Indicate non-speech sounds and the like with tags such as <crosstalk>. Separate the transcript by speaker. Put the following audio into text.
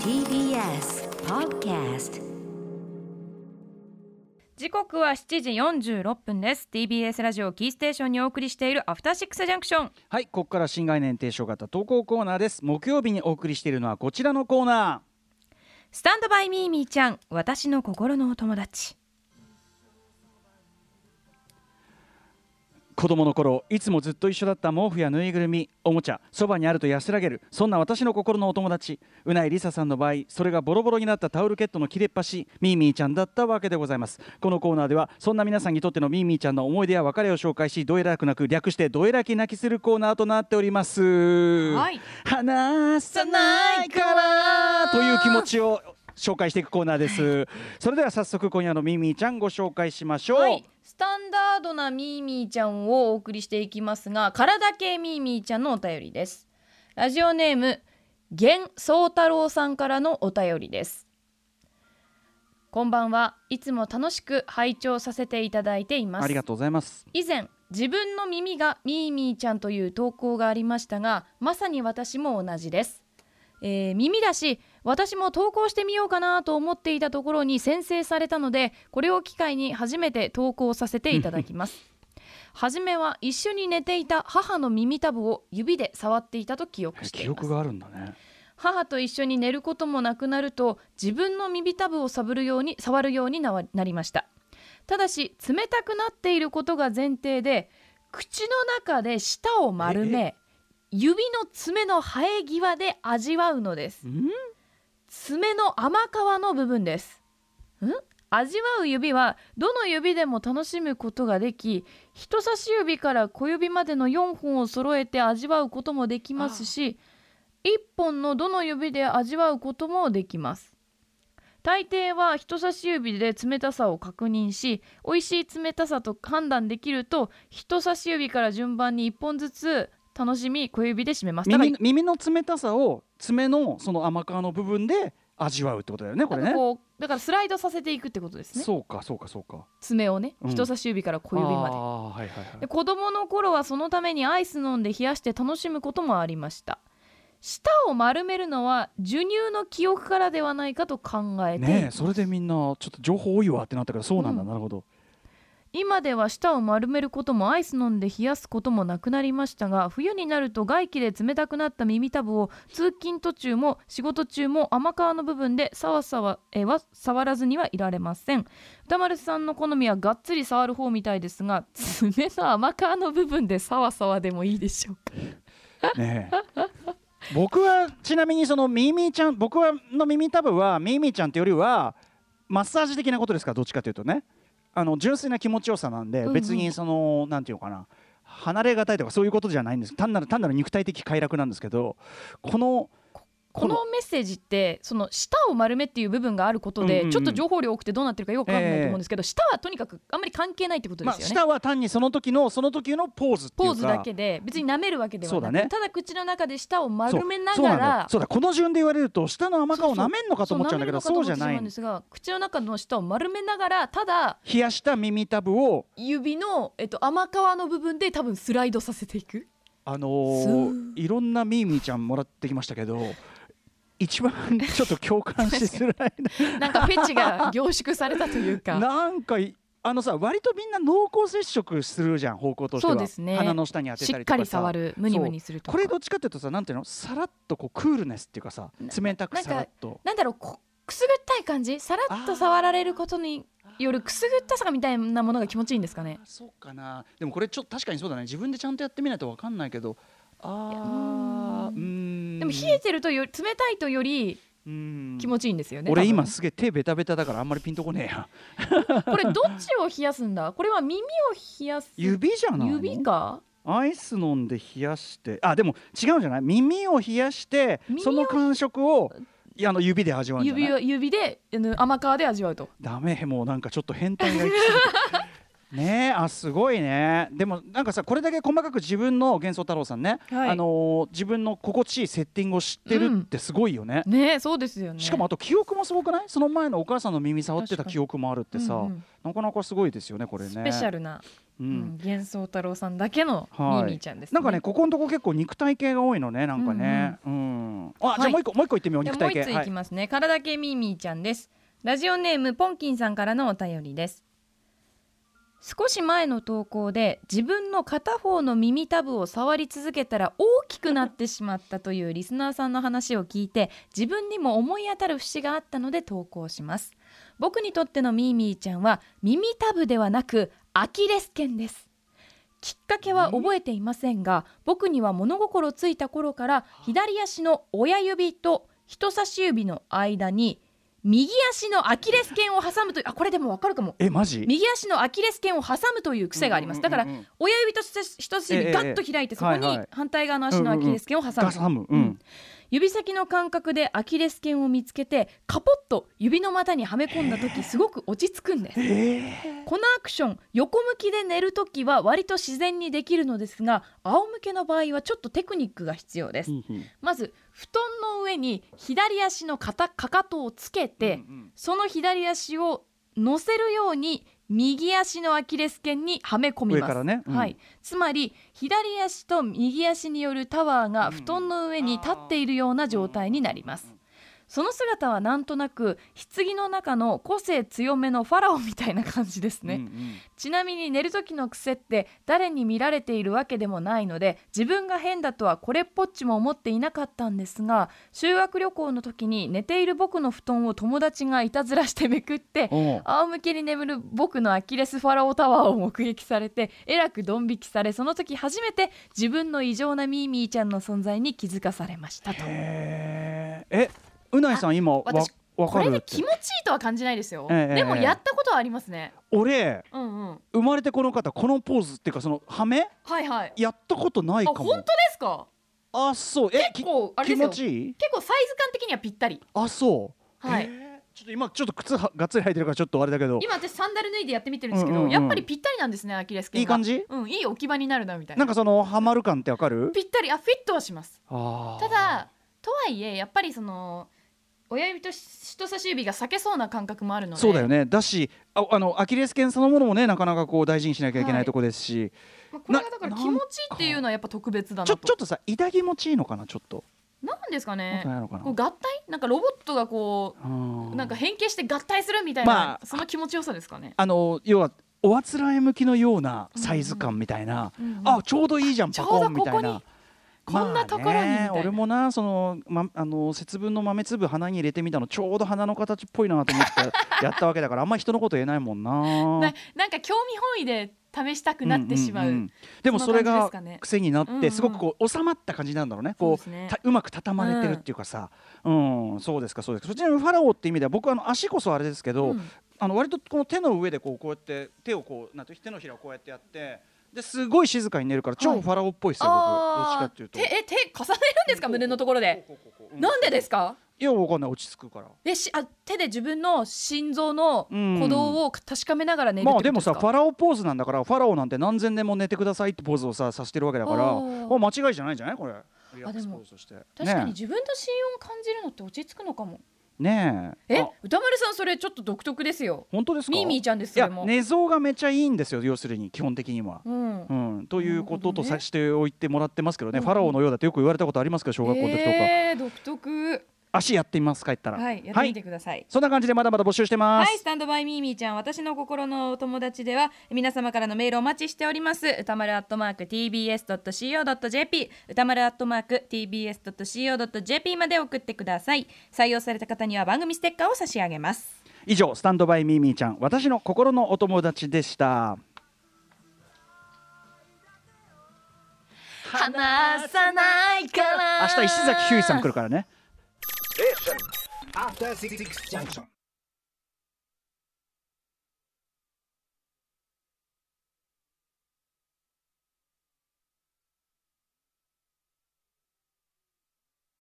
Speaker 1: TBS Podcast
Speaker 2: 時刻は7時46分です TBS ラジオキーステーションにお送りしているアフターシックスジャンクション
Speaker 3: はいここから新概念提唱型投稿コーナーです木曜日にお送りしているのはこちらのコーナ
Speaker 2: スタンドバイミーミーちゃん私の心のお友達
Speaker 3: ー子供の頃いつもずっと一緒だった毛布やぬいぐるみおもちゃそばにあると安らげるそんな私の心のお友達うないりささんの場合それがボロボロになったタオルケットの切れっ端ミーミーちゃんだったわけでございますこのコーナーではそんな皆さんにとってのミーミーちゃんの思い出や別れを紹介しどえらくなく略してどえらき泣きするコーナーとなっております、
Speaker 2: はい
Speaker 3: 話さないからという気持ちを紹介していくコーナーです。それでは早速今夜のミミィちゃんご紹介しましょう。
Speaker 2: はいスタンダードなミーミーちゃんをお送りしていきますが体系ミーミーちゃんのお便りですラジオネーム源宗太郎さんからのお便りですこんばんはいつも楽しく拝聴させていただいています
Speaker 3: ありがとうございます。
Speaker 2: 以前自分の耳がミーミーちゃんという投稿がありましたがまさに私も同じです、えー耳だし私も投稿してみようかなと思っていたところに先制されたのでこれを機会に初めて投稿させていただきます <laughs> 初めは一緒に寝ていた母の耳たぶを指で触っていたと記憶してい
Speaker 3: 記
Speaker 2: ます
Speaker 3: 憶があるんだね。
Speaker 2: 母と一緒に寝ることもなくなると自分の耳たぶを触るように触るようになわなりましたただし冷たくなっていることが前提で口の中で舌を丸め指の爪の生え際で味わうのです
Speaker 3: うん？
Speaker 2: 爪の甘皮の部分ですん味わう指はどの指でも楽しむことができ人差し指から小指までの4本を揃えて味わうこともできますし1本のどの指で味わうこともできます大抵は人差し指で冷たさを確認し美味しい冷たさと判断できると人差し指から順番に1本ずつ楽しみ小指で締めますだから
Speaker 3: 耳耳の冷たさを爪のその甘皮の部分で味わうってことだよねこ
Speaker 2: な
Speaker 3: れ
Speaker 2: ん
Speaker 3: ね
Speaker 2: か。こうだからスライドさせていくってことですね
Speaker 3: そうかそうかそうか。
Speaker 2: 爪をね
Speaker 3: うん
Speaker 2: 人差し指から小指
Speaker 3: あ
Speaker 2: ま
Speaker 3: あはいはいは
Speaker 2: でで
Speaker 3: い。
Speaker 2: 子供の頃はそのためにアイス飲んで冷やして楽しむこともありました舌を丸めるのは授乳の記憶からではないかと考えています
Speaker 3: ねえそれでみんなちょっと情報多いわってなったからそうなんだ、
Speaker 2: うん
Speaker 3: なるほど。
Speaker 2: 今では舌を丸めることもアイス飲んで冷やすこともなくなりましたが冬になると外気で冷たくなった耳たぶを通勤途中も仕事中も甘皮の部分でさわさわえーは触らずにはいられません歌丸さんの好みはがっつり触る方みたいですが爪の甘皮の部分でさわさわでもいいでしょうか
Speaker 3: ねえ僕はちなみにそのミーミーちゃん僕はの耳たぶはミーミーちゃんってよりはマッサージ的なことですからどっちかというとねあの純粋な気持ちよさなんで、
Speaker 2: うんうん
Speaker 3: 別にそのなんていうのかな離れがたいとかそういうことじゃないんです単なる単なる肉体的快楽なんですけどこの
Speaker 2: このメッセージってその舌を丸めっていう部分があることで、
Speaker 3: うんうんうん
Speaker 2: ちょっと情報量多くてどうなってるかよくわかんないと思うんですけど、舌はとにかくあんまり関係ないってことで
Speaker 3: まあ、
Speaker 2: すよね。
Speaker 3: 舌は単にその時のその時のポーズっていう
Speaker 2: ポ
Speaker 3: か
Speaker 2: ーズだけで別に舐めるわけでは
Speaker 3: そう
Speaker 2: な
Speaker 3: だ
Speaker 2: く、
Speaker 3: ね
Speaker 2: ただ口の中で舌を
Speaker 3: そう
Speaker 2: 丸めな
Speaker 3: そう
Speaker 2: が
Speaker 3: んだよ
Speaker 2: ら
Speaker 3: そうだこの順で言われると舌の甘皮をなめんのかと思っちゃうんだけどそうじゃない
Speaker 2: ん
Speaker 3: ん
Speaker 2: で
Speaker 3: です
Speaker 2: すが口の中の舌を丸めながらただ
Speaker 3: 冷やした耳たぶを
Speaker 2: 指の、えっと、甘皮の部分で多分スライドさせていく
Speaker 3: あの
Speaker 2: す
Speaker 3: ー
Speaker 2: ー、
Speaker 3: いろんなミーミーちゃんもらってきましたけど一番ちょっと共感しづらい
Speaker 2: なんかフェチが凝縮されたという
Speaker 3: <laughs> な
Speaker 2: か
Speaker 3: なんかいあのさ割とみんな濃厚接触するじゃん方向としては
Speaker 2: そうですね
Speaker 3: 鼻の下に当て
Speaker 2: したっ
Speaker 3: りと
Speaker 2: か
Speaker 3: かさ
Speaker 2: り触るムニムニすると
Speaker 3: こ
Speaker 2: か
Speaker 3: れどっちかっていうとさなんていうのさらっとこうクールネスっていうかさ冷たく
Speaker 2: なんか
Speaker 3: さらっと
Speaker 2: なんだろうこくすぐったい感じさらっと触られることによるくすぐったさみたいなものが気持ちいいんですかね
Speaker 3: あそうかなでもこれちょっと確かにそうだね自分でちゃんとやってみないとわかんないけど
Speaker 2: う
Speaker 3: あーう
Speaker 2: ー
Speaker 3: ーん
Speaker 2: でも冷えてるとより冷たいとより
Speaker 3: うん
Speaker 2: 気持ちいいんですよね
Speaker 3: 俺
Speaker 2: 多分
Speaker 3: 今すげえ手ベタベタだからあんまりピンとこねえや
Speaker 2: これどっちを冷やすんだこれは耳を冷やす
Speaker 3: 指じゃないの
Speaker 2: 指か
Speaker 3: アイス飲んで冷やしてあでも違うんじゃない耳を冷やして
Speaker 2: 耳を
Speaker 3: その感触をいやあの指で味わうんじゃない
Speaker 2: 指を指であの甘皮で味わうと
Speaker 3: ダメもうなんかちょっと変態がいき
Speaker 2: <laughs>
Speaker 3: そうねえあすごいねでもなんかさこれだけ細かく自分の幻想太郎さんね、
Speaker 2: はい
Speaker 3: あのー自分の心地いいセッティングを知ってるってすごいよね、
Speaker 2: ねえそうですよね
Speaker 3: しかもあと記憶もすごくないその前のお母さんの耳触ってた記憶もあるってさ、
Speaker 2: うんうん
Speaker 3: なかなかすごいですよねこれね
Speaker 2: スペシャルな
Speaker 3: う
Speaker 2: うんん、幻想太郎さんだけのミ
Speaker 3: はい
Speaker 2: ーミーちゃんです、
Speaker 3: なんかね、ここのとこ結構肉体系が多いのね、なんかね。うん、あ、じゃあもう一個、もう一個言ってみよう、
Speaker 2: じゃ
Speaker 3: 肉
Speaker 2: あもう
Speaker 3: 体系。
Speaker 2: 一ついきますね、体系ミーミーちゃんですラジオネームポンキンさんからのお便りです少し前の投稿で自分の片方の耳たぶを触り続けたら大きくなってしまったというリスナーさんの話を聞いて自分にも思い当たる節があったので投稿します僕にとってのミーミーちゃんは耳たぶではなくアキレス腱ですきっかけは覚えていませんが僕には物心ついた頃から左足の親指と人差し指の間に右足のアキレス腱を挟むというあこれでもわかるかも
Speaker 3: え、マジ。
Speaker 2: 右足のアキレス腱を挟むという癖がありますだから
Speaker 3: うんうんうんうん
Speaker 2: 親指と人差し
Speaker 3: え
Speaker 2: 指
Speaker 3: え
Speaker 2: ガッと開いてそこ
Speaker 3: はい
Speaker 2: に
Speaker 3: はい
Speaker 2: 反対側の足のアキレス腱を挟む
Speaker 3: ガスハム。うん。
Speaker 2: 指先の感覚でアキレス腱を見つけてカポッと指の股にはめ込んだ時すごく落ち着くんですこのアクション横向きで寝る時は割と自然にできるのですが仰向けの場合はちょっとテクニックが必要ですまず布団の上に左足の片かかとをつけてその左足を乗せるように右足のアキレス腱にはめ込みます
Speaker 3: 上からねうん
Speaker 2: はい、つまり左足と右足によるタワーが布団の上に立っているような状態になります、その姿はなんとなく棺の中の個性強めのファラオみたいな感じですね、
Speaker 3: ね。
Speaker 2: ちなみに寝る時の癖って誰に見られているわけでもないので自分が変だとはこれっぽっちも思っていなかったんですが修学旅行の時に寝ている僕の布団を友達がいたずらしてめくって
Speaker 3: おう
Speaker 2: 仰向けに眠る僕のアキレスファラオタワーを目撃されてえらくドン引きされその時初めて自分の異常なミーミーちゃんの存在に気づかされましたと
Speaker 3: へーえ、うないさん、今、わ、
Speaker 2: 私
Speaker 3: わ
Speaker 2: こ
Speaker 3: か
Speaker 2: れ
Speaker 3: る
Speaker 2: で
Speaker 3: っ
Speaker 2: 気
Speaker 3: て
Speaker 2: 持。ちいいとは感じないですよ、
Speaker 3: ええ
Speaker 2: でもやったことはありますね
Speaker 3: 俺、
Speaker 2: うんうん
Speaker 3: 生まれてこの方、このポーズっていうか、そのハメ、
Speaker 2: はいはい
Speaker 3: やったことない
Speaker 2: あ
Speaker 3: か
Speaker 2: 本当
Speaker 3: も
Speaker 2: で。すか
Speaker 3: あ、そう、え、き
Speaker 2: 結構あれ
Speaker 3: 気
Speaker 2: です
Speaker 3: 持
Speaker 2: よ
Speaker 3: ちいい。
Speaker 2: 結構サイズ感的にはぴったり
Speaker 3: あ、そう。
Speaker 2: はい
Speaker 3: えーちょっと今、ちょっと靴は、がっつり履いてるから、ちょっとあれだけど。
Speaker 2: 今私サンダル脱いでやってみてるんですけど、
Speaker 3: うんうんうん
Speaker 2: やっぱりぴったりなんですねアキレス腱が
Speaker 3: いい感じ
Speaker 2: うんいい置き場になるなみたいな
Speaker 3: なんか、その、ハマる感ってわかる。
Speaker 2: ぴったりあフィットはします
Speaker 3: あー
Speaker 2: た。だとはいえやっぱりその親指と人差し指が裂けそうな感覚もあるので
Speaker 3: そうだよねだしああのアキレス腱そのものもねなかなかこう大事にしなきゃいけな
Speaker 2: はいい
Speaker 3: とこですし、
Speaker 2: まあこれがだから
Speaker 3: な
Speaker 2: 気持ちいいっていうのはやっぱ特別だな
Speaker 3: ち
Speaker 2: と
Speaker 3: ょちょっとさ痛気持ちいいのかなちょっと、
Speaker 2: なんですか
Speaker 3: もっ
Speaker 2: ね
Speaker 3: とないのかな
Speaker 2: こう合体なんかロボットがこ
Speaker 3: う
Speaker 2: うんなんか変形して合体するみたいな、
Speaker 3: まあ
Speaker 2: その気持ちよさですかね
Speaker 3: あの要はおあつらえ向きのようなサイズ感みたいな、
Speaker 2: うんうんうん
Speaker 3: あちょうどいいじゃん
Speaker 2: ちょ
Speaker 3: パ
Speaker 2: うど
Speaker 3: コンみたい
Speaker 2: ここ
Speaker 3: な
Speaker 2: に。こんなところにみたいな
Speaker 3: まあね俺もなその、ま、あの節分の豆粒鼻に入れてみたのちょうど鼻の形っぽいなと思ってやったわけだからあんま人のこと言えないもんな
Speaker 2: <laughs> ななんか興味本位で試したくなってしまう,、
Speaker 3: んんんでもそ
Speaker 2: そ
Speaker 3: れ
Speaker 2: んな感じ
Speaker 3: が
Speaker 2: ですかね
Speaker 3: 癖になって、
Speaker 2: うんうん
Speaker 3: すごくこう収まった感じなんだろうねこう
Speaker 2: そうですね
Speaker 3: たうまく畳まれてるっていうかさ、うんそうですかそうですかそちらにファラオって意味では僕はあの足こそあれですけど、
Speaker 2: うん
Speaker 3: あの割とこの手の上でこうこうやって手をこうなんていう手のひらをこうやってやってですごい静かに寝るから
Speaker 2: は
Speaker 3: 超
Speaker 2: い
Speaker 3: ファラオっぽいですよ、
Speaker 2: あ
Speaker 3: 僕ど
Speaker 2: あ
Speaker 3: っちかっていうと。
Speaker 2: 手え手重ねるんですか胸のところで
Speaker 3: こうこうこうこうう
Speaker 2: なんでですか
Speaker 3: いやわかんない落ち着くから。
Speaker 2: えしあ手で自分の心臓の
Speaker 3: うん
Speaker 2: 鼓動を確かめながら寝るって
Speaker 3: ま
Speaker 2: こと
Speaker 3: あです
Speaker 2: か
Speaker 3: もさファラオポーズなんだからファラオなんて何千年も寝てくださいってポーズをささしてるわけだから
Speaker 2: おー
Speaker 3: あ間違いじゃないんじゃないこれリラックス
Speaker 2: でも
Speaker 3: ポーズとして
Speaker 2: 確かに
Speaker 3: ね
Speaker 2: 自分と心音感じるのって落ち着くのかも、
Speaker 3: ねえ
Speaker 2: え
Speaker 3: あ
Speaker 2: 歌丸さんそれちょっと独特ですよ
Speaker 3: 本当ですか
Speaker 2: ミーミーちゃんです
Speaker 3: い
Speaker 2: そ
Speaker 3: や
Speaker 2: れも
Speaker 3: 寝相がめちゃいいんですよ要するに基本的には。
Speaker 2: うん、
Speaker 3: うん、ということと
Speaker 2: なるほど
Speaker 3: さ
Speaker 2: ね
Speaker 3: しておいてもらってますけどね、
Speaker 2: うん
Speaker 3: ファラオのようだとよく言われたことありますから小学校の時とか、
Speaker 2: えー、独特
Speaker 3: 足やってみます帰ったら
Speaker 2: はいやってみてください
Speaker 3: そんな感じでまだまだ募集してま
Speaker 2: は
Speaker 3: す、
Speaker 2: い、スタンドバイミーミーちゃん、私の心のお友達では、皆様からのメールをお待ちしております。歌丸アットマーク tbs.co.jp、歌丸アットマーク tbs.co.jp まで送ってください。採用された方には番組ステッカーを差し上げます。
Speaker 3: 以上スタンドバイミーミーちゃん私の心のお友達でした
Speaker 2: 話さないから
Speaker 3: 明日石崎ひゅーいさん来るからね
Speaker 4: After Six Junction.